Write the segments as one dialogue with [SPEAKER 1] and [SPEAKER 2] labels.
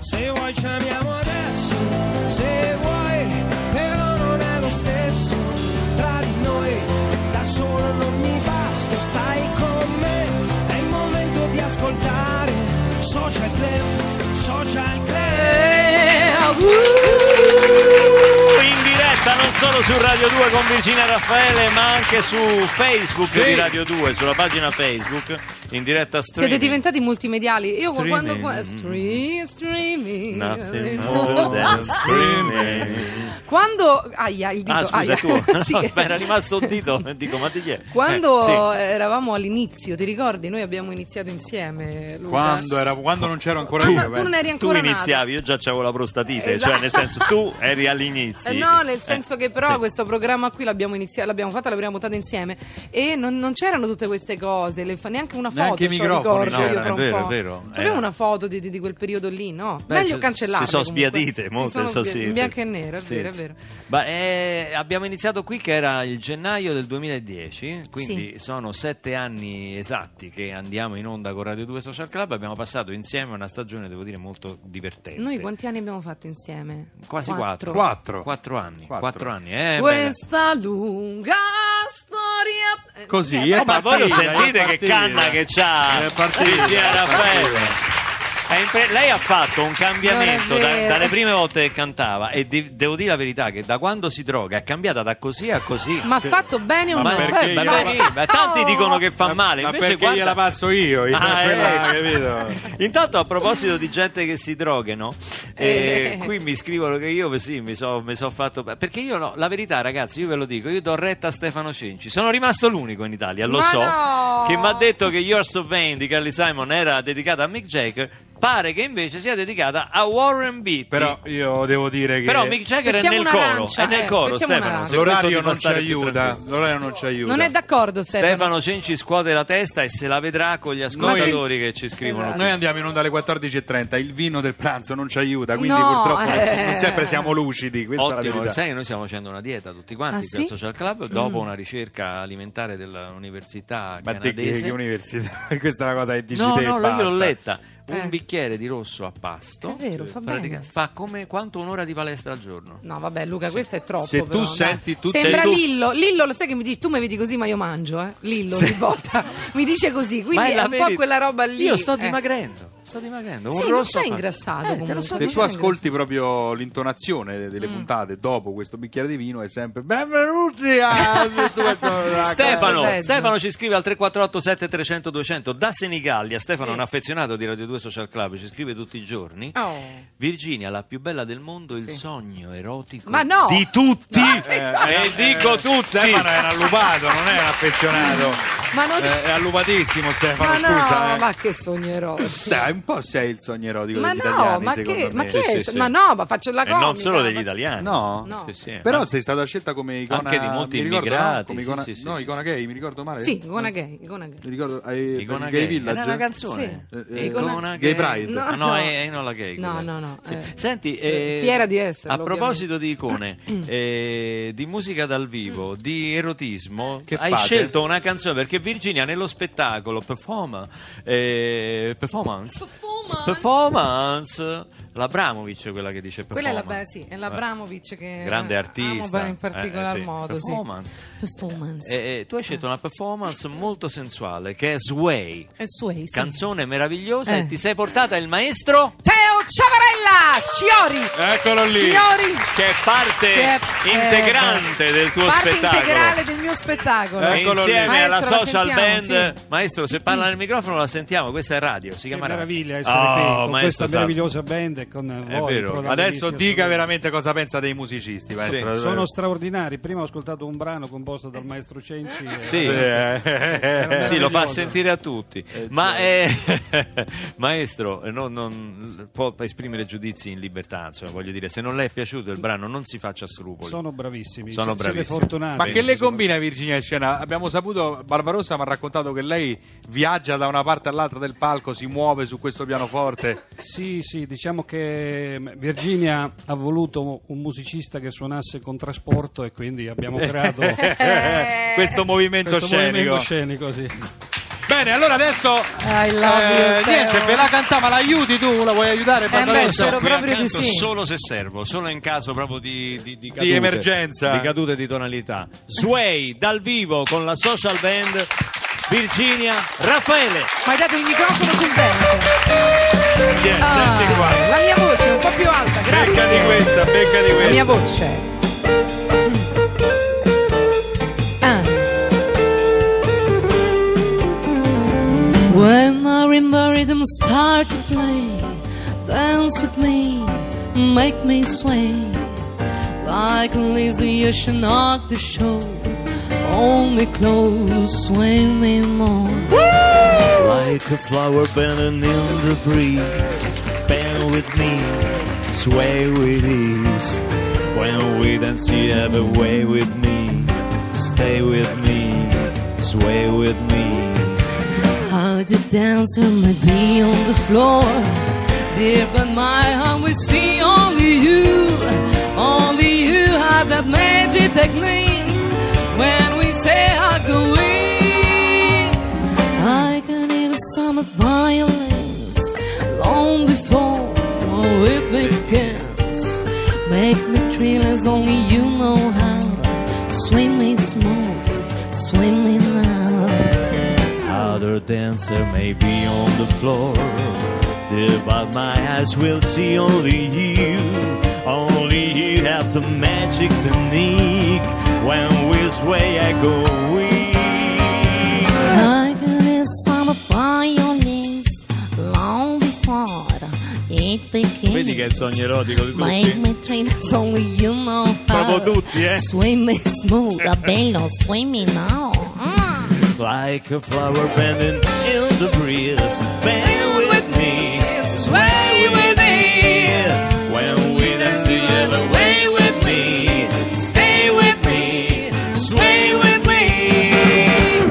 [SPEAKER 1] Se vuoi ci amiamo adesso, se vuoi, però non è lo stesso. Tra di noi, da solo non mi basta, stai con me. È il momento di ascoltare Social Club, Social Club.
[SPEAKER 2] in diretta non solo su Radio 2 con Virginia Raffaele ma anche su Facebook
[SPEAKER 3] Sì.
[SPEAKER 2] di Radio 2 sulla pagina Facebook in diretta streaming
[SPEAKER 4] Siete diventati multimediali. Io quando.
[SPEAKER 2] Streaming.
[SPEAKER 4] qua- Stre- streaming. eh,
[SPEAKER 2] Nothing more than streaming.
[SPEAKER 4] Quando. Aia, il dito.
[SPEAKER 2] ah scusa
[SPEAKER 4] aia.
[SPEAKER 2] è tuo
[SPEAKER 4] Sì.
[SPEAKER 2] No, ma era rimasto un dito dico ma di chi è
[SPEAKER 4] Quando
[SPEAKER 2] Eh, sì.
[SPEAKER 4] eravamo all'inizio, ti ricordi? Noi abbiamo iniziato insieme. Luca.
[SPEAKER 3] Quando, era- quando non c'ero ancora
[SPEAKER 4] Quando-
[SPEAKER 3] io, Eh,
[SPEAKER 4] tu
[SPEAKER 3] penso.
[SPEAKER 4] non eri
[SPEAKER 2] tu
[SPEAKER 4] ancora nato.
[SPEAKER 2] iniziavi io già avevo la prostatite
[SPEAKER 4] Esatto.
[SPEAKER 2] cioè nel senso tu eri all'inizio
[SPEAKER 4] Eh, no, nel senso
[SPEAKER 2] Eh,
[SPEAKER 4] che però
[SPEAKER 2] sì.
[SPEAKER 4] questo programma qui l'abbiamo, iniziato, l'abbiamo fatta, l'abbiamo buttata insieme e non, non c'erano tutte queste cose, le fa- neanche una foto,
[SPEAKER 3] Neanche i
[SPEAKER 4] c'ho,
[SPEAKER 3] microfoni
[SPEAKER 4] ricordo io
[SPEAKER 3] c'erano,
[SPEAKER 4] fra
[SPEAKER 2] è
[SPEAKER 4] un
[SPEAKER 2] vero,
[SPEAKER 4] po'.
[SPEAKER 2] è vero.
[SPEAKER 4] Non Avevo
[SPEAKER 2] Eh.
[SPEAKER 4] una foto di, di- di quel periodo lì, no?
[SPEAKER 2] Beh,
[SPEAKER 4] Meglio
[SPEAKER 2] si-
[SPEAKER 4] cancellare.
[SPEAKER 2] Si sono
[SPEAKER 4] comunque.
[SPEAKER 2] sbiadite,
[SPEAKER 4] Si
[SPEAKER 2] molte
[SPEAKER 4] sono
[SPEAKER 2] sono
[SPEAKER 4] sbiadite,
[SPEAKER 2] sì.
[SPEAKER 4] in bianco e nero, è
[SPEAKER 2] Sì,
[SPEAKER 4] vero, è
[SPEAKER 2] sì.
[SPEAKER 4] vero.
[SPEAKER 2] Ma, eh, abbiamo iniziato qui che era il gennaio del 2010, quindi sono sette anni esatti che andiamo in onda con Radio 2 Social Club. Abbiamo passato insieme una stagione, devo dire, molto divertente.
[SPEAKER 4] Noi quanti anni abbiamo fatto insieme?
[SPEAKER 2] Quasi quattro.
[SPEAKER 3] Quattro.
[SPEAKER 2] Quattro anni.
[SPEAKER 3] Quattro.
[SPEAKER 2] Quattro anni, eh, beh.
[SPEAKER 4] Questa lunga storia. Eh,
[SPEAKER 3] Così,
[SPEAKER 4] eh,
[SPEAKER 3] eh,
[SPEAKER 4] vabbè.
[SPEAKER 2] Ma voi lo
[SPEAKER 3] partita,
[SPEAKER 2] sentite
[SPEAKER 3] è
[SPEAKER 2] che
[SPEAKER 3] partita.
[SPEAKER 2] canna che c'ha
[SPEAKER 3] È partita,
[SPEAKER 2] Virginia
[SPEAKER 3] è
[SPEAKER 2] Raffaele. È impre- lei ha fatto un
[SPEAKER 4] Non
[SPEAKER 2] cambiamento
[SPEAKER 4] è
[SPEAKER 2] da-
[SPEAKER 4] vero.
[SPEAKER 2] dalle prime volte che cantava e di- devo dire la verità che da quando si droga è cambiata da così a così.
[SPEAKER 4] Ma ha fatto bene o
[SPEAKER 2] Ma
[SPEAKER 4] no?
[SPEAKER 3] perché
[SPEAKER 2] eh, ma
[SPEAKER 3] io-
[SPEAKER 2] perché? Ma tanti dicono che fa male,
[SPEAKER 3] Ma
[SPEAKER 2] invece
[SPEAKER 3] perché
[SPEAKER 2] guarda-
[SPEAKER 3] gliela passo io? io
[SPEAKER 2] Ah,
[SPEAKER 3] quella,
[SPEAKER 2] eh.
[SPEAKER 3] capito?
[SPEAKER 2] Intanto a proposito di gente che si drogano, eh,
[SPEAKER 4] Eh.
[SPEAKER 2] qui mi scrivono che io sì, mi sono fatto perché io no, la verità ragazzi, io ve lo dico, io do retta a Stefano Cenci. Sono rimasto l'unico in Italia, lo
[SPEAKER 4] Ma
[SPEAKER 2] so,
[SPEAKER 4] no!
[SPEAKER 2] che mi ha detto che You're So Vain di Carly Simon era dedicata a Mick Jagger, pare che invece sia dedicata a Warren Beatty.
[SPEAKER 3] Però io devo dire che
[SPEAKER 2] Però Mick Jagger è
[SPEAKER 4] Spezziamo
[SPEAKER 2] nel
[SPEAKER 4] un'arancia,
[SPEAKER 2] coro, è nel
[SPEAKER 4] eh,
[SPEAKER 2] coro
[SPEAKER 4] spezziamo
[SPEAKER 2] Stefano,
[SPEAKER 4] un'arancia.
[SPEAKER 2] se questo ti
[SPEAKER 3] l'orario
[SPEAKER 2] fa
[SPEAKER 3] non ci
[SPEAKER 2] stare più
[SPEAKER 3] aiuta.
[SPEAKER 2] tranquillo.
[SPEAKER 3] L'orario non ci aiuta.
[SPEAKER 4] Non è d'accordo, Stefano.
[SPEAKER 2] Stefano Cenci scuote la testa e se la vedrà con gli ascoltatori che ci scrivono.
[SPEAKER 4] Esatto.
[SPEAKER 3] Noi andiamo in onda alle 14.30, il vino del pranzo non ci aiuta, quindi
[SPEAKER 4] No,
[SPEAKER 3] purtroppo non si-
[SPEAKER 4] eh.
[SPEAKER 3] non sempre siamo lucidi, questa è la
[SPEAKER 2] Ottimo,
[SPEAKER 3] verità.
[SPEAKER 2] sai che noi stiamo facendo una dieta tutti quanti
[SPEAKER 4] Ah,
[SPEAKER 2] qui
[SPEAKER 4] sì? Mm.
[SPEAKER 2] al Social Club dopo una ricerca alimentare dell'università
[SPEAKER 3] Ma te che,
[SPEAKER 2] canadese.
[SPEAKER 3] che università? questa è la cosa che dici
[SPEAKER 2] no,
[SPEAKER 3] te,
[SPEAKER 2] no,
[SPEAKER 3] basta.
[SPEAKER 2] io l'ho letta. Un
[SPEAKER 4] Eh.
[SPEAKER 2] bicchiere di rosso a pasto
[SPEAKER 4] È vero, fa bene.
[SPEAKER 2] fa come quanto un'ora di palestra al giorno.
[SPEAKER 4] No, vabbè, Luca, questo è troppo.
[SPEAKER 3] Se tu
[SPEAKER 4] però, dai.
[SPEAKER 3] senti- tu-
[SPEAKER 4] Sembra
[SPEAKER 3] se tu-
[SPEAKER 4] Lillo. Lillo, lo sai che mi dici, tu mi vedi così, ma io mangio, eh? Lillo
[SPEAKER 3] Se-
[SPEAKER 4] ogni volta mi dice così,
[SPEAKER 2] Ma
[SPEAKER 4] quindi è,
[SPEAKER 2] la
[SPEAKER 4] un po'
[SPEAKER 2] veri-
[SPEAKER 4] quella roba lì.
[SPEAKER 2] Io sto
[SPEAKER 4] eh.
[SPEAKER 2] dimagrendo, sto dimagrendo.
[SPEAKER 4] Sì,
[SPEAKER 2] un
[SPEAKER 4] non
[SPEAKER 2] rosso
[SPEAKER 4] sei
[SPEAKER 2] a pasto.
[SPEAKER 4] ingrassado
[SPEAKER 2] Eh, te lo
[SPEAKER 4] comunque.
[SPEAKER 2] sto
[SPEAKER 3] Se
[SPEAKER 4] Non
[SPEAKER 3] tu
[SPEAKER 4] sei
[SPEAKER 3] ascolti proprio l'intonazione
[SPEAKER 4] Mm.
[SPEAKER 3] delle puntate dopo questo bicchiere di vino è sempre benvenuti a
[SPEAKER 2] Stefano,
[SPEAKER 4] Peggio.
[SPEAKER 2] Stefano ci scrive al 348 7300 200 da Senigallia. Stefano è un affezionato di Radio 2 Social Club, ci scrive tutti i giorni.
[SPEAKER 4] Oh.
[SPEAKER 2] Virginia, la più bella del mondo, il sogno erotico
[SPEAKER 4] Ma no!
[SPEAKER 2] di tutti.
[SPEAKER 4] No,
[SPEAKER 2] e
[SPEAKER 3] eh,
[SPEAKER 2] dico
[SPEAKER 3] eh,
[SPEAKER 2] tutti.
[SPEAKER 3] Stefano era allupato, non era affezionato.
[SPEAKER 4] Ma non-
[SPEAKER 3] Eh, è allupatissimo Stefano,
[SPEAKER 4] ma no,
[SPEAKER 3] scusa. eh.
[SPEAKER 4] ma che sognerò.
[SPEAKER 3] Dai, un po' sei il sogno erotico
[SPEAKER 4] ma
[SPEAKER 3] degli
[SPEAKER 4] no,
[SPEAKER 3] italiani,
[SPEAKER 4] ma
[SPEAKER 3] secondo
[SPEAKER 4] che,
[SPEAKER 3] me.
[SPEAKER 4] ma che
[SPEAKER 2] Sì,
[SPEAKER 4] è
[SPEAKER 2] sì,
[SPEAKER 4] sto-
[SPEAKER 2] sì.
[SPEAKER 4] ma no, ma faccio la
[SPEAKER 2] E
[SPEAKER 4] comica.
[SPEAKER 2] non solo degli
[SPEAKER 4] ma-
[SPEAKER 2] italiani.
[SPEAKER 3] No?
[SPEAKER 4] No.
[SPEAKER 2] Sì, sì.
[SPEAKER 3] Però
[SPEAKER 2] Ma-
[SPEAKER 3] sei stata scelta come icona
[SPEAKER 2] Anche di molti
[SPEAKER 3] mi ricordo,
[SPEAKER 2] immigrati,
[SPEAKER 3] no? Come
[SPEAKER 2] sì,
[SPEAKER 3] icona,
[SPEAKER 2] sì, sì,
[SPEAKER 3] no,
[SPEAKER 2] sì,
[SPEAKER 3] icona gay, mi ricordo male?
[SPEAKER 4] Sì, Gona Gay, Gona Gay.
[SPEAKER 3] Mi ricordo ai
[SPEAKER 2] Icona
[SPEAKER 3] Gay
[SPEAKER 2] gay.
[SPEAKER 3] Village.
[SPEAKER 2] Era una canzone.
[SPEAKER 4] Sì.
[SPEAKER 3] Eh, eh,
[SPEAKER 4] Icona-
[SPEAKER 2] Icona
[SPEAKER 3] Gay Pride.
[SPEAKER 4] No,
[SPEAKER 2] Ah,
[SPEAKER 4] no.
[SPEAKER 2] no, è, è non la gay.
[SPEAKER 4] No,
[SPEAKER 2] quella.
[SPEAKER 4] no, no,
[SPEAKER 2] Sì.
[SPEAKER 4] eh.
[SPEAKER 2] Senti,
[SPEAKER 4] Eh,
[SPEAKER 2] eh,
[SPEAKER 4] fiera di esserlo,
[SPEAKER 2] A proposito di icone,
[SPEAKER 4] Mm.
[SPEAKER 2] eh, di musica dal vivo, di erotismo,
[SPEAKER 3] Che
[SPEAKER 2] hai
[SPEAKER 3] fate?
[SPEAKER 2] scelto una canzone perché Virginia nello spettacolo performa, eh, performance, performance, l'Abramovic è quella che dice
[SPEAKER 4] Quella è la, beh, sì,
[SPEAKER 2] performance.
[SPEAKER 4] è l'Abramovic che
[SPEAKER 2] Eh. Grande
[SPEAKER 4] eh,
[SPEAKER 2] artista.
[SPEAKER 4] amo in particolar
[SPEAKER 2] Eh, sì.
[SPEAKER 4] modo, sì.
[SPEAKER 2] Performance.
[SPEAKER 4] Performance.
[SPEAKER 2] Eh, eh, tu hai scelto una performance molto sensuale che è Sway.
[SPEAKER 4] È Sway, sì.
[SPEAKER 2] Canzone meravigliosa
[SPEAKER 4] Eh.
[SPEAKER 2] e ti sei portata il maestro
[SPEAKER 4] Teo Ciavarella, Sciori.
[SPEAKER 3] Eccolo lì.
[SPEAKER 4] Signori,
[SPEAKER 2] che è parte
[SPEAKER 4] che è-
[SPEAKER 2] Eh, integrante
[SPEAKER 4] eh,
[SPEAKER 2] del tuo
[SPEAKER 4] parte
[SPEAKER 2] spettacolo. Eh,
[SPEAKER 4] integrale del mio spettacolo.
[SPEAKER 2] E
[SPEAKER 3] Eccolo lì.
[SPEAKER 2] insieme
[SPEAKER 4] Maestro,
[SPEAKER 2] alla
[SPEAKER 4] la
[SPEAKER 2] social
[SPEAKER 4] sentiamo,
[SPEAKER 2] band,
[SPEAKER 4] sì.
[SPEAKER 2] maestro, se parla nel microfono la sentiamo. Questa è radio, si
[SPEAKER 5] Che
[SPEAKER 2] chiama radio.
[SPEAKER 5] meraviglia essere
[SPEAKER 2] Oh,
[SPEAKER 5] qui con
[SPEAKER 2] maestro
[SPEAKER 5] questa
[SPEAKER 2] Santo.
[SPEAKER 5] meravigliosa band e con eh,
[SPEAKER 2] È
[SPEAKER 5] voi.
[SPEAKER 2] vero.
[SPEAKER 5] protagonisti
[SPEAKER 3] Adesso dica
[SPEAKER 5] assoluti.
[SPEAKER 3] veramente cosa pensa dei musicisti, maestro.
[SPEAKER 5] Sono straordinari. Prima ho ascoltato un brano composto dal maestro Cenci. e-
[SPEAKER 2] Sì.
[SPEAKER 3] Eh, eh, eh.
[SPEAKER 5] Era
[SPEAKER 2] Sì, lo fa
[SPEAKER 5] meraviglioso.
[SPEAKER 2] sentire a tutti.
[SPEAKER 5] certo.
[SPEAKER 2] Ma eh, maestro, eh, non, non- può esprimere giudizi in libertà. Insomma, voglio dire, se non le è piaciuto il brano, non si faccia scrupoli.
[SPEAKER 5] Sono bravissimi.
[SPEAKER 2] Sono
[SPEAKER 5] siete
[SPEAKER 2] bravissimi.
[SPEAKER 5] fortunati.
[SPEAKER 3] Ma che le
[SPEAKER 5] Sono-
[SPEAKER 3] combina Virginia in scena? Abbiamo saputo, Barbarossa mi ha raccontato che lei viaggia da una parte all'altra del palco, si muove su questo pianoforte.
[SPEAKER 5] Sì, sì, diciamo che mh, Virginia ha voluto un musicista che suonasse con trasporto e quindi abbiamo creato
[SPEAKER 3] questo movimento
[SPEAKER 5] questo
[SPEAKER 3] scenico.
[SPEAKER 5] movimento scenico. Sì.
[SPEAKER 3] Beh, bene, allora adesso. eh,
[SPEAKER 4] I love you, Teo. Eh,
[SPEAKER 3] niente, ve la cantava, la aiuti tu? La vuoi aiutare?
[SPEAKER 4] beh,
[SPEAKER 3] Barbarossa?
[SPEAKER 4] spero
[SPEAKER 2] qui
[SPEAKER 4] proprio di
[SPEAKER 2] accanto
[SPEAKER 4] sì.
[SPEAKER 2] solo se servo, solo in caso proprio di, di, cadute,
[SPEAKER 3] emergenza.
[SPEAKER 2] di cadute di tonalità. Sway dal vivo con la social band Virginia Raffaele.
[SPEAKER 4] Ma hai dato il microfono sul dente.
[SPEAKER 3] Tieni,
[SPEAKER 4] Ah,
[SPEAKER 3] Senti qua.
[SPEAKER 4] la mia voce è un po' più alta,
[SPEAKER 3] Becca di
[SPEAKER 4] grazie.
[SPEAKER 3] questa, becca di
[SPEAKER 4] La
[SPEAKER 3] questa.
[SPEAKER 4] mia voce. Ah. Mm. Ah.
[SPEAKER 6] When my marimba rhythm start to play, dance with me, make me sway. Like a lazy ocean at the shore, hold me close, sway me more.
[SPEAKER 7] Like a flower bending in the breeze, bend with me, sway with ease. When we dance, you have a way with me, stay with me, sway with me.
[SPEAKER 6] How the dancer might be on the floor. Dear, but my heart will see only you. Only you have that magic technique. When we say I go in, I can hear the sound of violence long before it begins. Make me thrill as only you know how. Swim me smooth, swim me now.
[SPEAKER 7] Other dancer may be on the floor, dear, but my eyes will see only you. Only you have the magic technique. When we sway, I go weak.
[SPEAKER 6] I can hear some violins long before it begins.
[SPEAKER 7] Vedi che è il sogno erotico di
[SPEAKER 6] Make
[SPEAKER 7] tutti.
[SPEAKER 6] me train only you know how.
[SPEAKER 7] Proprio tutti, eh.
[SPEAKER 6] Swim it smooth, ah, bello, swim it now. Mm.
[SPEAKER 7] Like a flower bending in the breeze. Bend with me.
[SPEAKER 6] Sway with
[SPEAKER 7] Yes. When we dance the other way with me. Stay with me. Sway with me.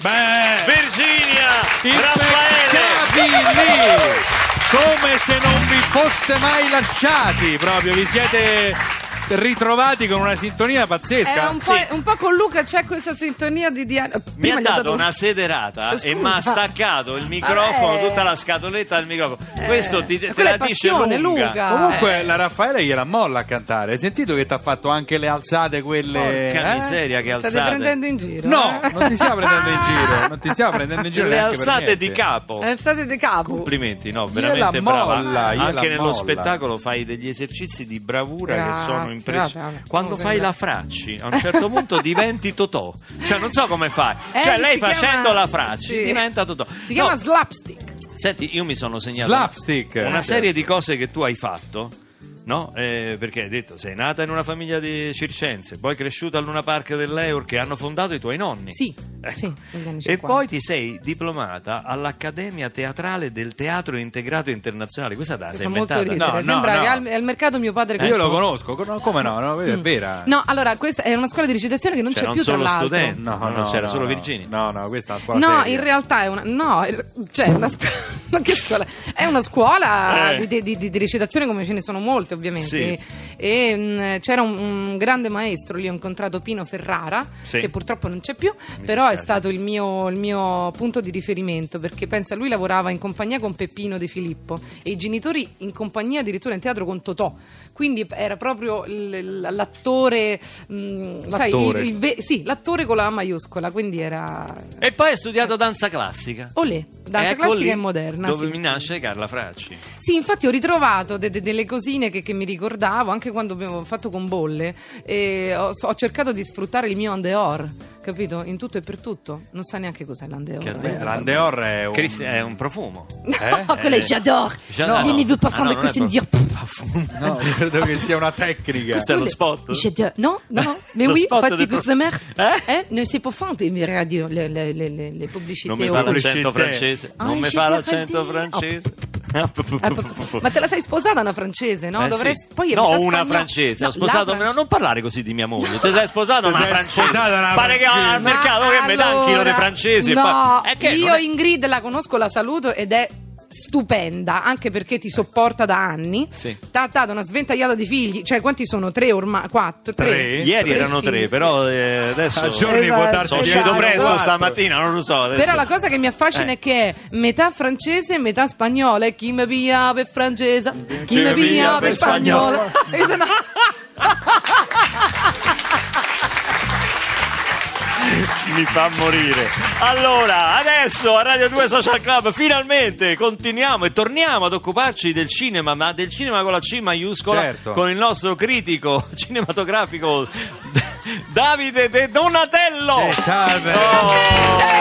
[SPEAKER 3] Beh,
[SPEAKER 7] Virginia Raffaele.
[SPEAKER 3] impeccabili! Come se non vi foste mai lasciati, proprio vi siete ritrovati con una sintonia
[SPEAKER 4] È
[SPEAKER 3] pazzesca.
[SPEAKER 4] un, po',
[SPEAKER 2] Sì.
[SPEAKER 4] un po' con Luca c'è questa sintonia di Diana.
[SPEAKER 2] Mi
[SPEAKER 4] Prima
[SPEAKER 2] ha
[SPEAKER 4] gli ho
[SPEAKER 2] dato una sederata
[SPEAKER 4] Scusa.
[SPEAKER 2] e mi ha staccato il microfono,
[SPEAKER 4] Eh.
[SPEAKER 2] tutta la scatoletta del microfono. Questo ti, te
[SPEAKER 4] quella
[SPEAKER 2] la
[SPEAKER 4] è
[SPEAKER 2] dice
[SPEAKER 4] passione,
[SPEAKER 2] lunga.
[SPEAKER 4] Luca.
[SPEAKER 3] Comunque la Raffaele gliela molla a cantare. Hai sentito che ti ha fatto anche le alzate quelle.
[SPEAKER 2] Porca
[SPEAKER 3] eh?
[SPEAKER 2] miseria che
[SPEAKER 4] State
[SPEAKER 2] alzate.
[SPEAKER 4] prendendo in giro.
[SPEAKER 3] No,
[SPEAKER 4] eh?
[SPEAKER 3] non ti stiamo prendendo in giro, non ti stiamo prendendo in giro.
[SPEAKER 2] Le
[SPEAKER 3] neanche per
[SPEAKER 2] alzate di
[SPEAKER 3] niente.
[SPEAKER 2] capo.
[SPEAKER 4] Alzate Eh, di capo.
[SPEAKER 2] Complimenti, no,
[SPEAKER 3] Gliela
[SPEAKER 2] veramente brava.
[SPEAKER 3] molla, gliela
[SPEAKER 2] Anche nello
[SPEAKER 3] molla.
[SPEAKER 2] spettacolo fai degli esercizi di bravura
[SPEAKER 4] Grazie,
[SPEAKER 2] che sono
[SPEAKER 4] vabbè, vabbè.
[SPEAKER 2] impressionanti. Quando
[SPEAKER 4] Oh,
[SPEAKER 2] fai
[SPEAKER 4] vabbè.
[SPEAKER 2] la fracci, a un certo punto diventi Totò. Cioè, non so come fai.
[SPEAKER 4] Eh,
[SPEAKER 2] Cioè, lei
[SPEAKER 4] si chiama-
[SPEAKER 2] facendo la fracci
[SPEAKER 4] sì.
[SPEAKER 2] diventa Totò.
[SPEAKER 4] Si chiama
[SPEAKER 2] No,
[SPEAKER 4] slapstick.
[SPEAKER 2] Senti, io mi sono segnato
[SPEAKER 3] Slapstick.
[SPEAKER 2] una serie di cose che tu hai fatto. No, Eh, perché hai detto sei nata in una famiglia di circense, poi cresciuta al Luna Park dell'Eur che hanno fondato i tuoi nonni.
[SPEAKER 4] Sì,
[SPEAKER 2] Ecco.
[SPEAKER 4] sì, negli anni
[SPEAKER 2] E
[SPEAKER 4] 50.
[SPEAKER 2] poi ti sei diplomata all'Accademia Teatrale del Teatro Integrato Internazionale. Questa data
[SPEAKER 4] Mi
[SPEAKER 2] sei
[SPEAKER 4] fa molto
[SPEAKER 2] inventata.
[SPEAKER 4] ridere.
[SPEAKER 3] No, no,
[SPEAKER 4] Sembra
[SPEAKER 3] no.
[SPEAKER 4] che al, al mercato mio padre
[SPEAKER 3] Eh, Io lo
[SPEAKER 4] compra-
[SPEAKER 3] conosco, no, come no? no? È vera.
[SPEAKER 4] Ecco. Mm. No, allora, questa è una scuola di recitazione che non
[SPEAKER 2] Cioè,
[SPEAKER 4] c'è
[SPEAKER 2] non
[SPEAKER 4] più tra
[SPEAKER 2] solo
[SPEAKER 4] l'altro.
[SPEAKER 2] studenti. No, no, c'era solo
[SPEAKER 3] no.
[SPEAKER 2] Virginia.
[SPEAKER 3] No, no, questa è una scuola
[SPEAKER 4] No,
[SPEAKER 3] seria.
[SPEAKER 4] in realtà è una. No, il- cioè, una scuola. Ma che scuola? È una scuola
[SPEAKER 2] Eh.
[SPEAKER 4] di, di- di- di recitazione, come ce ne sono molte, ovviamente.
[SPEAKER 2] Sì.
[SPEAKER 4] E mm, c'era un, un grande maestro lì, ho incontrato Pino Ferrara,
[SPEAKER 2] Sì.
[SPEAKER 4] che purtroppo non c'è più, però è
[SPEAKER 2] dispiace.
[SPEAKER 4] stato il mio, il mio punto di riferimento. Perché pensa, lui lavorava in compagnia con Peppino De Filippo e i genitori in compagnia addirittura in teatro con Totò. Quindi era proprio l- l- l'attore. mm, sai,
[SPEAKER 3] L'attore.
[SPEAKER 4] il- il ve- sì, l'attore con la A maiuscola, quindi era.
[SPEAKER 2] E poi hai studiato danza classica.
[SPEAKER 4] Olè, Oh, danza
[SPEAKER 2] Ecco
[SPEAKER 4] classica
[SPEAKER 2] lì
[SPEAKER 4] e moderna.
[SPEAKER 2] Dove
[SPEAKER 4] sì.
[SPEAKER 2] mi nasce Carla Fracci.
[SPEAKER 4] Sì, infatti ho ritrovato de- de- delle cosine che, che mi ricordavo anche quando abbiamo fatto con bolle. E ho, ho cercato di sfruttare il mio andeor, capito? In tutto e per tutto. Non sa neanche cos'è l'andeor.
[SPEAKER 2] Che Eh,
[SPEAKER 3] Beh,
[SPEAKER 2] andeor?
[SPEAKER 3] L'Andeor è un.
[SPEAKER 2] Chris- è un profumo.
[SPEAKER 6] Oh, quella j'adore.
[SPEAKER 2] J'adore.
[SPEAKER 6] Les neveux parfums
[SPEAKER 2] Ah, no,
[SPEAKER 6] de
[SPEAKER 2] non è
[SPEAKER 6] costume
[SPEAKER 2] proprio-
[SPEAKER 6] dire.
[SPEAKER 3] No, credo che sia una tecnica.
[SPEAKER 2] Questo è lo
[SPEAKER 4] Olè,
[SPEAKER 2] spot.
[SPEAKER 4] j'adore. No, no, no. Mais
[SPEAKER 2] Lo
[SPEAKER 4] oui,
[SPEAKER 2] spot
[SPEAKER 4] fatti
[SPEAKER 2] del
[SPEAKER 4] con
[SPEAKER 2] prof-
[SPEAKER 4] la mer.
[SPEAKER 2] Eh?
[SPEAKER 4] Eh? Ne sais pas fente, mi radio, le, le, le, le, le pubblicità.
[SPEAKER 2] Non mi fa
[SPEAKER 4] o-
[SPEAKER 2] l'accento francese.
[SPEAKER 4] Ah,
[SPEAKER 2] Non mi
[SPEAKER 4] il
[SPEAKER 2] fa
[SPEAKER 4] chef
[SPEAKER 2] l'accento
[SPEAKER 4] francese.
[SPEAKER 2] francese.
[SPEAKER 4] Oh. Ah, p- Ma te la sei sposata una francese, no?
[SPEAKER 2] Eh,
[SPEAKER 4] Dovresti
[SPEAKER 2] sì.
[SPEAKER 4] poi in
[SPEAKER 2] no,
[SPEAKER 4] realtà
[SPEAKER 2] una
[SPEAKER 4] spagno-
[SPEAKER 2] francese.
[SPEAKER 4] No,
[SPEAKER 2] ho
[SPEAKER 4] la
[SPEAKER 2] sposato.
[SPEAKER 4] francese.
[SPEAKER 2] Non parlare così di mia moglie. Te sei sposato una
[SPEAKER 3] sei
[SPEAKER 2] francese.
[SPEAKER 3] sposata una
[SPEAKER 2] Pare che al
[SPEAKER 4] Ma
[SPEAKER 2] mercato che mi dà un chilo di
[SPEAKER 4] allora,
[SPEAKER 2] francesi. e
[SPEAKER 4] No,
[SPEAKER 2] fa- È che non
[SPEAKER 4] io
[SPEAKER 2] è-
[SPEAKER 4] Ingrid la conosco, la saluto ed è stupenda, anche perché ti sopporta da anni.
[SPEAKER 2] Sì.
[SPEAKER 4] T'ha dato una sventagliata di figli, cioè quanti sono? Tre ormai? Quattro? Tre?
[SPEAKER 3] Tre.
[SPEAKER 2] Ieri erano
[SPEAKER 4] figli.
[SPEAKER 2] tre, però eh,
[SPEAKER 3] A
[SPEAKER 2] adesso
[SPEAKER 3] giorni Ah, può
[SPEAKER 4] Esatto,
[SPEAKER 3] darsi
[SPEAKER 2] sono
[SPEAKER 4] sì,
[SPEAKER 2] uscito
[SPEAKER 4] esatto.
[SPEAKER 2] presto stamattina, non lo so. Adesso.
[SPEAKER 4] Però la cosa che mi affascina
[SPEAKER 2] Eh.
[SPEAKER 4] è che è metà francese e metà spagnola. E chi mi piglia per francese? Chi mi piglia per spagnola? E se no-
[SPEAKER 2] mi fa morire. Allora, adesso a Radio 2 Social Club finalmente continuiamo e torniamo ad occuparci del cinema, ma del cinema con la C maiuscola,
[SPEAKER 3] Certo.
[SPEAKER 2] con il nostro critico cinematografico Davide De Donatello.
[SPEAKER 3] Eh, salve.
[SPEAKER 2] Oh,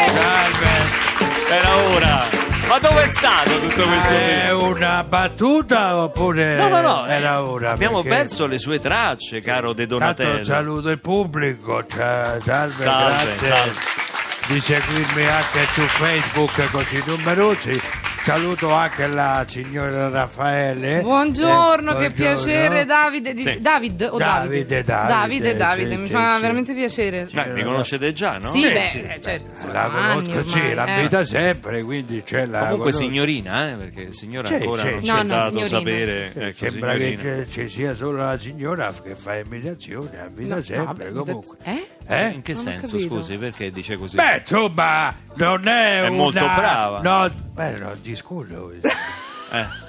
[SPEAKER 3] Salve.
[SPEAKER 2] era ora. Ma dove è stato tutto questo
[SPEAKER 3] Ah, Eh, È
[SPEAKER 2] tempo?
[SPEAKER 3] una battuta oppure
[SPEAKER 2] No, no, no, eh,
[SPEAKER 3] era ora?
[SPEAKER 2] abbiamo
[SPEAKER 3] perché-
[SPEAKER 2] perso le sue tracce, caro De
[SPEAKER 3] Tanto
[SPEAKER 2] Donatello. Cioè,
[SPEAKER 3] saluto il pubblico, ciao, salve,
[SPEAKER 2] Salve,
[SPEAKER 3] grazie
[SPEAKER 2] salve.
[SPEAKER 3] di seguirmi anche su Facebook così numerosi. Saluto anche la signora Raffaele.
[SPEAKER 4] Buongiorno,
[SPEAKER 3] Eh,
[SPEAKER 4] che
[SPEAKER 3] buongiorno.
[SPEAKER 4] piacere, Davide. Di-
[SPEAKER 2] Sì.
[SPEAKER 4] David o Davide?
[SPEAKER 3] Davide, Davide,
[SPEAKER 4] Davide,
[SPEAKER 3] sì,
[SPEAKER 4] Davide,
[SPEAKER 3] sì,
[SPEAKER 4] mi
[SPEAKER 3] sì,
[SPEAKER 4] fa
[SPEAKER 3] sì.
[SPEAKER 4] veramente piacere.
[SPEAKER 2] Ma li conoscete già, no?
[SPEAKER 4] Sì,
[SPEAKER 3] Sì,
[SPEAKER 4] beh,
[SPEAKER 3] sì,
[SPEAKER 4] eh,
[SPEAKER 3] beh,
[SPEAKER 4] certo, sono
[SPEAKER 3] La
[SPEAKER 4] anni
[SPEAKER 3] conosco, sì,
[SPEAKER 4] ormai,
[SPEAKER 3] la
[SPEAKER 4] eh.
[SPEAKER 3] vita sempre, quindi c'è la
[SPEAKER 2] Comunque
[SPEAKER 3] conosco.
[SPEAKER 2] signorina, eh, perché signora
[SPEAKER 3] Ah, Sì,
[SPEAKER 2] ancora
[SPEAKER 3] sì,
[SPEAKER 2] non
[SPEAKER 3] sì.
[SPEAKER 2] ci
[SPEAKER 4] No,
[SPEAKER 2] è
[SPEAKER 4] no,
[SPEAKER 2] dato
[SPEAKER 4] signorina,
[SPEAKER 2] sapere.
[SPEAKER 4] sì, sì.
[SPEAKER 2] Ecco,
[SPEAKER 3] Eh, Sembra
[SPEAKER 2] signorina.
[SPEAKER 3] che ci ci sia solo la signora che fa imitazione, la vita
[SPEAKER 2] Eh,
[SPEAKER 4] No,
[SPEAKER 3] sempre
[SPEAKER 4] vabbè,
[SPEAKER 3] comunque.
[SPEAKER 4] eh?
[SPEAKER 3] Eh?
[SPEAKER 2] In che
[SPEAKER 4] Non ho
[SPEAKER 2] senso,
[SPEAKER 4] capito.
[SPEAKER 2] scusi, perché dice così?
[SPEAKER 3] Beh, insomma, non è,
[SPEAKER 2] È
[SPEAKER 3] una...
[SPEAKER 2] molto brava.
[SPEAKER 3] No, beh, non discuto.
[SPEAKER 2] Eh.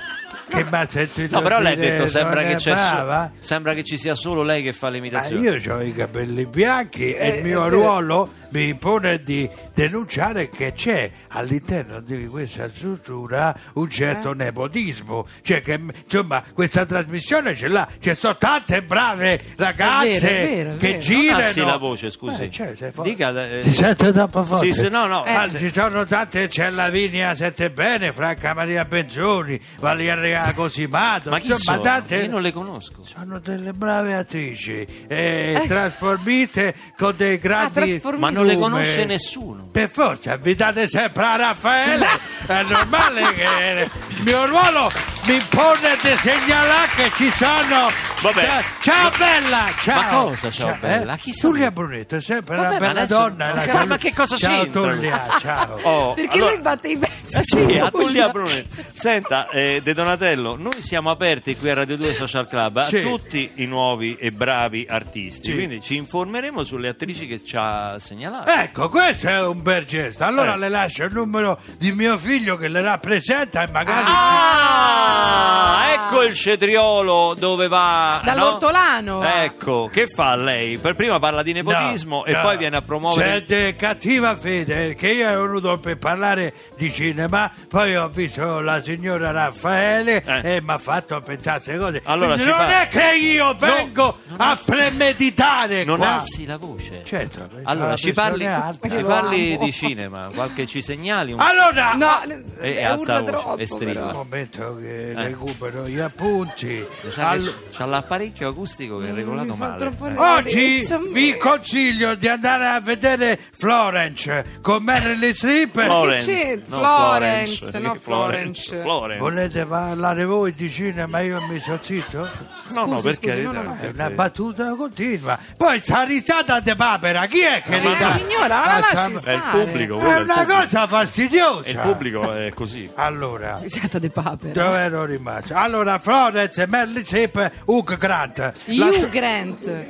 [SPEAKER 3] che mi ha sentito
[SPEAKER 2] No, però lei ha
[SPEAKER 3] dire
[SPEAKER 2] detto sembra
[SPEAKER 3] non
[SPEAKER 2] che,
[SPEAKER 3] è
[SPEAKER 2] c'è so-
[SPEAKER 3] brava?
[SPEAKER 2] sembra che ci sia solo lei che fa le
[SPEAKER 3] Ma
[SPEAKER 2] imitazioni.
[SPEAKER 3] io ho i capelli bianchi e
[SPEAKER 4] Eh,
[SPEAKER 3] il mio
[SPEAKER 4] eh,
[SPEAKER 3] ruolo mi impone di denunciare che c'è all'interno di questa struttura un
[SPEAKER 4] Eh.
[SPEAKER 3] certo nepotismo. Cioè che, insomma, questa trasmissione ce l'ha, ci sono tante brave ragazze
[SPEAKER 4] È vero, è vero, è
[SPEAKER 3] che
[SPEAKER 4] vero.
[SPEAKER 2] Non
[SPEAKER 3] girano.
[SPEAKER 2] alzi la voce, scusi.
[SPEAKER 3] Eh, cioè, sei forte.
[SPEAKER 2] Dica eh,
[SPEAKER 3] Si sente troppo forte?
[SPEAKER 2] Sì, Eh, sì, no,
[SPEAKER 4] Eh.
[SPEAKER 2] no,
[SPEAKER 3] Ah,
[SPEAKER 2] se-
[SPEAKER 3] ci sono tante, c'è Lavinia Settebene, Franca Maria Benzoni, Valeria Cosimato,
[SPEAKER 2] ma chi
[SPEAKER 3] insomma
[SPEAKER 2] sono?
[SPEAKER 3] tante...
[SPEAKER 2] Io non le conosco.
[SPEAKER 3] Sono delle brave attrici, eh, trasformite con dei
[SPEAKER 4] Ah,
[SPEAKER 3] grandi...
[SPEAKER 4] trasformite.
[SPEAKER 2] Ah, Ma non le
[SPEAKER 3] lume.
[SPEAKER 2] conosce nessuno.
[SPEAKER 3] Per forza, invitate sempre a Raffaele, è normale che il mio ruolo mi impone di segnalare che ci sono...
[SPEAKER 2] Vabbè.
[SPEAKER 3] Ciao bella, ciao!
[SPEAKER 2] cosa, ciao, bella? Chi sono?
[SPEAKER 3] Tullia Brunetto, sempre
[SPEAKER 2] Vabbè,
[SPEAKER 3] una
[SPEAKER 2] ma
[SPEAKER 3] bella
[SPEAKER 2] adesso-
[SPEAKER 3] donna.
[SPEAKER 2] ma
[SPEAKER 3] la
[SPEAKER 2] che-
[SPEAKER 3] saluto.
[SPEAKER 2] ma che cosa
[SPEAKER 3] ciao,
[SPEAKER 2] c'entra?
[SPEAKER 3] Tullia, ciao.
[SPEAKER 2] Oh,
[SPEAKER 4] Perché
[SPEAKER 2] allora-
[SPEAKER 4] lui batte i pezzi.
[SPEAKER 2] Eh sì, a Tullia Brune. Senta, eh, De Donatello, noi siamo aperti qui a Radio 2 Social Club a
[SPEAKER 3] Sì.
[SPEAKER 2] tutti i nuovi e bravi artisti,
[SPEAKER 3] Sì.
[SPEAKER 2] quindi ci informeremo sulle attrici che ci ha segnalato.
[SPEAKER 3] Ecco, questo è un bel gesto. Allora
[SPEAKER 2] Eh.
[SPEAKER 3] le lascio il numero di mio figlio che le rappresenta e magari.
[SPEAKER 2] Ah, ecco il cetriolo dove va. no?
[SPEAKER 4] Dall'ortolano va.
[SPEAKER 2] Ecco, che fa lei? Per prima parla di
[SPEAKER 3] No,
[SPEAKER 2] nepotismo e
[SPEAKER 3] no. Certo,
[SPEAKER 2] poi viene a promuovere.
[SPEAKER 3] C'è de- cattiva fede che io ero venuto per parlare di cinema, poi ho visto la signora Raffaele
[SPEAKER 2] Eh.
[SPEAKER 3] e mi ha fatto pensare queste cose.
[SPEAKER 2] Allora,
[SPEAKER 3] non
[SPEAKER 2] ci parli.
[SPEAKER 3] è che io vengo a premeditare
[SPEAKER 2] Non
[SPEAKER 3] qua.
[SPEAKER 2] alzi la voce.
[SPEAKER 3] Certo,
[SPEAKER 2] Allora,
[SPEAKER 3] la
[SPEAKER 2] ci parli,
[SPEAKER 3] pressione è alta.
[SPEAKER 2] ci
[SPEAKER 4] Io
[SPEAKER 2] parli
[SPEAKER 4] amo.
[SPEAKER 2] di cinema, qualche ci segnali un
[SPEAKER 3] Allora,
[SPEAKER 4] No,
[SPEAKER 2] e
[SPEAKER 4] eh,
[SPEAKER 2] alza
[SPEAKER 4] urla
[SPEAKER 2] la voce,
[SPEAKER 4] troppo.
[SPEAKER 2] e strilla.
[SPEAKER 4] però. Mm,
[SPEAKER 3] Un momento che recupero gli appunti.
[SPEAKER 2] Eh. Lo sai che
[SPEAKER 3] Allo-
[SPEAKER 2] c'ha l'apparecchio acustico che è
[SPEAKER 3] Mm,
[SPEAKER 2] regolato
[SPEAKER 4] Mi fa
[SPEAKER 2] male. Eh.
[SPEAKER 4] troppo ridere,
[SPEAKER 3] Eh. Oggi
[SPEAKER 4] insomma. eh,
[SPEAKER 3] vi consiglio di andare a vedere Florence con Marilyn Strip.
[SPEAKER 2] Florence,
[SPEAKER 4] c'è?
[SPEAKER 2] no,
[SPEAKER 4] Florence,
[SPEAKER 2] Florence,
[SPEAKER 4] no, Florence.
[SPEAKER 2] Florence.
[SPEAKER 3] Volete parlare voi di cinema? Io mi sono zitto?
[SPEAKER 2] No, no,
[SPEAKER 4] Scusi,
[SPEAKER 2] per
[SPEAKER 4] scusi,
[SPEAKER 2] carità.
[SPEAKER 4] no,
[SPEAKER 2] Eh,
[SPEAKER 4] no, no.
[SPEAKER 3] È una battuta continua. Poi sta risata de papera, chi è che
[SPEAKER 4] Eh, Ma
[SPEAKER 3] li dà?
[SPEAKER 4] la signora, ma la
[SPEAKER 3] Ah,
[SPEAKER 4] lasci
[SPEAKER 3] sa-
[SPEAKER 2] È il
[SPEAKER 4] stare.
[SPEAKER 2] pubblico, quello
[SPEAKER 3] È
[SPEAKER 2] è il
[SPEAKER 3] una
[SPEAKER 2] pubblico.
[SPEAKER 3] cosa fastidiosa.
[SPEAKER 2] E il pubblico è così.
[SPEAKER 3] Allora,
[SPEAKER 4] Risata de papera.
[SPEAKER 3] dove ero rimasto? Allora, Florence, Marilyn Strip, Hugh Grant. La-
[SPEAKER 4] Hugh Grant.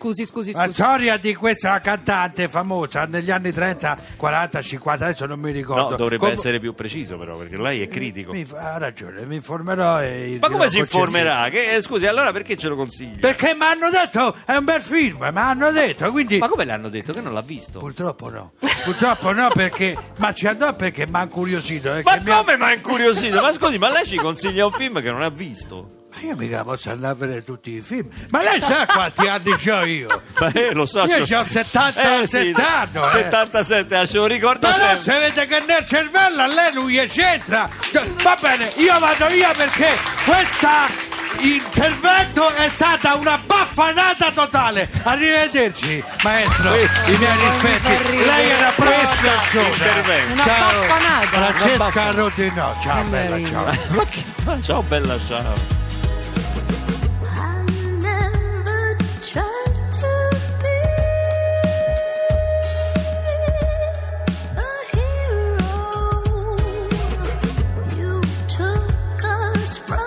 [SPEAKER 4] Scusi, scusi,
[SPEAKER 2] Ah,
[SPEAKER 3] La
[SPEAKER 4] scusi.
[SPEAKER 3] storia di questa cantante famosa negli anni 30, 40, 50, adesso non mi ricordo.
[SPEAKER 2] No, dovrebbe
[SPEAKER 3] Com-
[SPEAKER 2] essere più preciso però, perché lei è critico.
[SPEAKER 3] Mi fa- ha ragione, mi informerò. E
[SPEAKER 2] Certo. Ma
[SPEAKER 3] dirò
[SPEAKER 2] come si
[SPEAKER 3] con
[SPEAKER 2] informerà? Che, eh, scusi, allora perché ce lo consigli?
[SPEAKER 3] certezza. Perché mi hanno detto è un bel film, mi hanno detto, quindi
[SPEAKER 2] Ma come l'hanno detto? Che non l'ha visto?
[SPEAKER 3] purtroppo no. Purtroppo no perché ma ci andò perché mi ha incuriosito, eh,
[SPEAKER 2] Ma
[SPEAKER 3] che mi ha-
[SPEAKER 2] come mi ha incuriosito? Ma scusi, ma lei ci consiglia un film che non ha visto?
[SPEAKER 3] Ma io mica posso andare a vedere tutti i film. Ma lei sa quanti anni ho io?
[SPEAKER 2] Ma eh, lo so.
[SPEAKER 3] Io
[SPEAKER 2] ce-
[SPEAKER 3] c'ho 77 anni, eh.
[SPEAKER 2] 77, ah, ce lo ricordo
[SPEAKER 3] Ma no,
[SPEAKER 2] sempre.
[SPEAKER 3] se vede che nel cervello a lei lui gli c'entra. Cioè, Va bene, io vado via perché questa intervento è stata una baffanata totale. Arrivederci, maestro. I miei rispetti. Lei era
[SPEAKER 2] Questa
[SPEAKER 3] presa
[SPEAKER 2] intervento.
[SPEAKER 4] Una baffanata. Una
[SPEAKER 3] Francesca
[SPEAKER 4] baffa-
[SPEAKER 3] Rodinò. Ciao,
[SPEAKER 4] Che
[SPEAKER 3] bella,
[SPEAKER 4] meraviglia.
[SPEAKER 3] ciao.
[SPEAKER 2] Ma che fa? Ciao bella ciao.
[SPEAKER 8] I never tried to be a hero. You
[SPEAKER 6] Oh,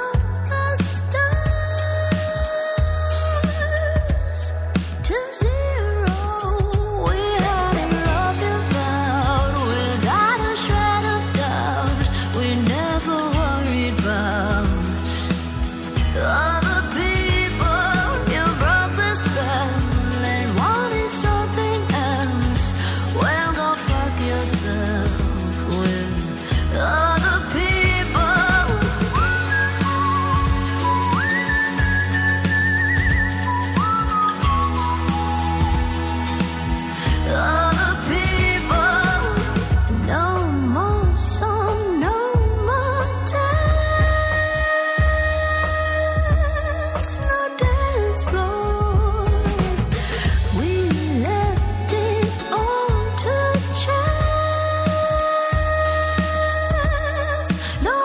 [SPEAKER 6] Oh,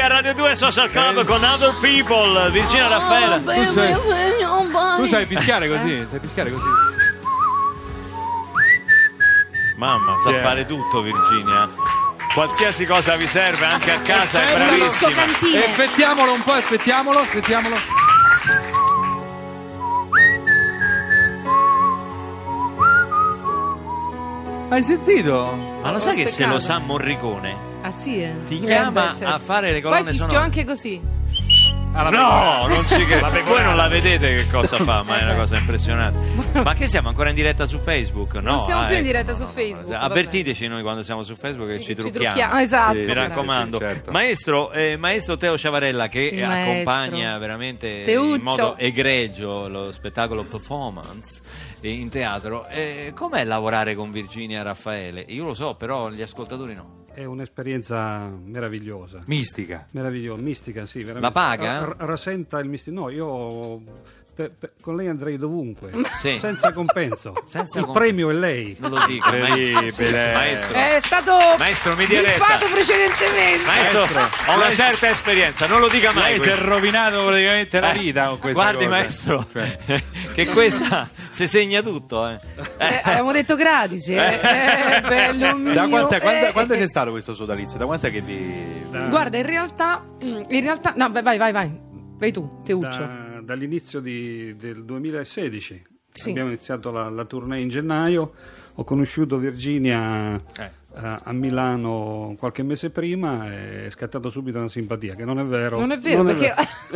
[SPEAKER 2] a Radio 2 Social Club con Other People, Virginia Raffaele.
[SPEAKER 3] Tu sai- Tu
[SPEAKER 6] Tu
[SPEAKER 3] sai fischiare così, sai fischiare così.
[SPEAKER 2] Mamma, sa
[SPEAKER 3] Sì.
[SPEAKER 2] fare tutto Virginia. Qualsiasi cosa vi serve, anche a casa, è
[SPEAKER 3] Effettualo.
[SPEAKER 2] bravissima.
[SPEAKER 6] cantine.
[SPEAKER 3] Effettiamolo un po', effettiamolo, effettiamolo. Hai sentito?
[SPEAKER 2] Ma lo sai che se
[SPEAKER 4] Steccato.
[SPEAKER 2] lo sa Morricone?
[SPEAKER 4] Ah sì, eh.
[SPEAKER 2] Ti
[SPEAKER 4] Eh,
[SPEAKER 2] chiama
[SPEAKER 4] beh, certo.
[SPEAKER 2] a fare le
[SPEAKER 4] Poi
[SPEAKER 2] colonne
[SPEAKER 4] fischio
[SPEAKER 2] sonore.
[SPEAKER 4] anche così. Ah,
[SPEAKER 2] No, non ci credo. Voi non la vedete che cosa fa, ma è una cosa impressionante. Ma che siamo ancora in diretta su Facebook? No,
[SPEAKER 4] Non siamo
[SPEAKER 2] ah,
[SPEAKER 4] più in
[SPEAKER 2] ecco,
[SPEAKER 4] diretta
[SPEAKER 2] no,
[SPEAKER 4] su
[SPEAKER 2] no, no.
[SPEAKER 4] Facebook, vabbè.
[SPEAKER 2] Avvertiteci noi quando siamo su Facebook che
[SPEAKER 4] Sì,
[SPEAKER 2] ci,
[SPEAKER 4] ci
[SPEAKER 2] trucchiamo.
[SPEAKER 4] trucchiamo, esatto.
[SPEAKER 2] Mi
[SPEAKER 4] Sì,
[SPEAKER 2] raccomando.
[SPEAKER 3] sì, sì, certo.
[SPEAKER 2] Maestro, eh, maestro Teo Ciavarella che
[SPEAKER 4] Il
[SPEAKER 2] accompagna
[SPEAKER 4] maestro.
[SPEAKER 2] veramente in
[SPEAKER 4] Teuccio.
[SPEAKER 2] modo egregio lo spettacolo performance eh, in teatro. Eh, com'è lavorare con Virginia Raffaele? Io lo so, però gli ascoltatori no.
[SPEAKER 5] È un'esperienza meravigliosa.
[SPEAKER 3] Mistica.
[SPEAKER 5] Meravigliosa, mistica, sì. Veramente.
[SPEAKER 2] La paga? eh?
[SPEAKER 5] R- rasenta il mistico. No, io per- per- con lei andrei dovunque,
[SPEAKER 2] Sì.
[SPEAKER 5] senza compenso.
[SPEAKER 2] Senza
[SPEAKER 5] il
[SPEAKER 2] compenso.
[SPEAKER 5] premio è lei.
[SPEAKER 2] Non lo dico,
[SPEAKER 3] Incredibile.
[SPEAKER 2] maestro.
[SPEAKER 4] È stato
[SPEAKER 2] Maestro, mi dia retta.
[SPEAKER 4] fatto precedentemente.
[SPEAKER 2] Maestro, ho una certa esperienza, non lo dica mai.
[SPEAKER 3] Lei si
[SPEAKER 2] questo.
[SPEAKER 3] è rovinato praticamente la
[SPEAKER 2] Eh,
[SPEAKER 3] vita con questa
[SPEAKER 2] Guardi,
[SPEAKER 3] cosa.
[SPEAKER 2] maestro,
[SPEAKER 3] Cioè,
[SPEAKER 2] che questa si segna tutto. Eh.
[SPEAKER 4] Eh, abbiamo detto gratis, eh. Eh, bello mio.
[SPEAKER 3] da quant'è, quando,
[SPEAKER 4] eh.
[SPEAKER 3] quando c'è stato questo sodalizio? Da quant'è che vi...
[SPEAKER 5] Da-
[SPEAKER 4] Guarda, in realtà, mm, in realtà, no, beh, vai, vai, vai, vai tu, Teuccio.
[SPEAKER 5] da- dall'inizio di- del 2016.
[SPEAKER 4] Sì.
[SPEAKER 5] Abbiamo iniziato la, la tournée in gennaio, ho conosciuto Virginia eh, a Milano qualche mese prima e è scattata subito una simpatia, che non è vero.
[SPEAKER 4] Non è vero, perché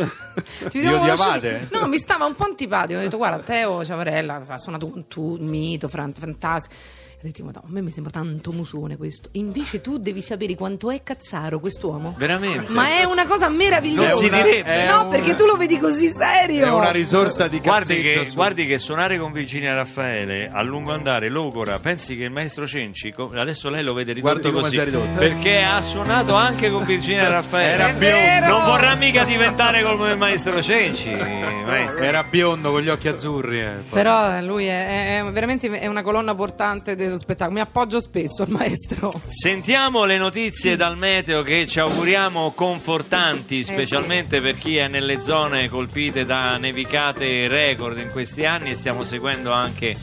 [SPEAKER 4] ci siamo
[SPEAKER 3] Vi
[SPEAKER 4] conosciuti.
[SPEAKER 3] odiavate?
[SPEAKER 4] No, mi stava un po' antipatico. Ho detto, guarda, Teo Ciavarella ha suonato un tu, un mito, fran- fantastico. Ho detto, "Madonna, a me mi sembra tanto musone questo. Invece tu devi sapere quanto è cazzaro quest'uomo.
[SPEAKER 2] Veramente.
[SPEAKER 4] Ma è una cosa meravigliosa.
[SPEAKER 2] Non si direbbe.
[SPEAKER 4] No,
[SPEAKER 3] È
[SPEAKER 4] perché
[SPEAKER 3] un-
[SPEAKER 4] tu lo vedi così serio.
[SPEAKER 3] È una risorsa di
[SPEAKER 2] Guardi
[SPEAKER 3] cazzeggio
[SPEAKER 2] che,
[SPEAKER 3] su-
[SPEAKER 2] guardi che suonare con Virginia Raffaele a lungo andare logora. Pensi che il maestro Cenci, co- adesso lei lo vede ridotto
[SPEAKER 3] Guardi come
[SPEAKER 2] così
[SPEAKER 3] si è ridotto.
[SPEAKER 2] perché ha suonato anche con Virginia Raffaele.
[SPEAKER 4] Era È biondo. vero.
[SPEAKER 2] Non vorrà mica diventare come il maestro Cenci. maestro.
[SPEAKER 3] Eh, Era biondo con gli occhi azzurri. eh.
[SPEAKER 4] Però eh, lui è, è- è veramente è una colonna portante dello spettacolo. Mi appoggio spesso al maestro.
[SPEAKER 2] Sentiamo le notizie dal meteo che ci auguriamo confortanti,
[SPEAKER 4] sì.
[SPEAKER 2] specialmente per chi è nelle zone colpite da nevicate record in questi anni e stiamo seguendo anche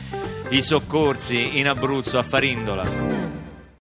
[SPEAKER 2] i soccorsi in Abruzzo a Farindola.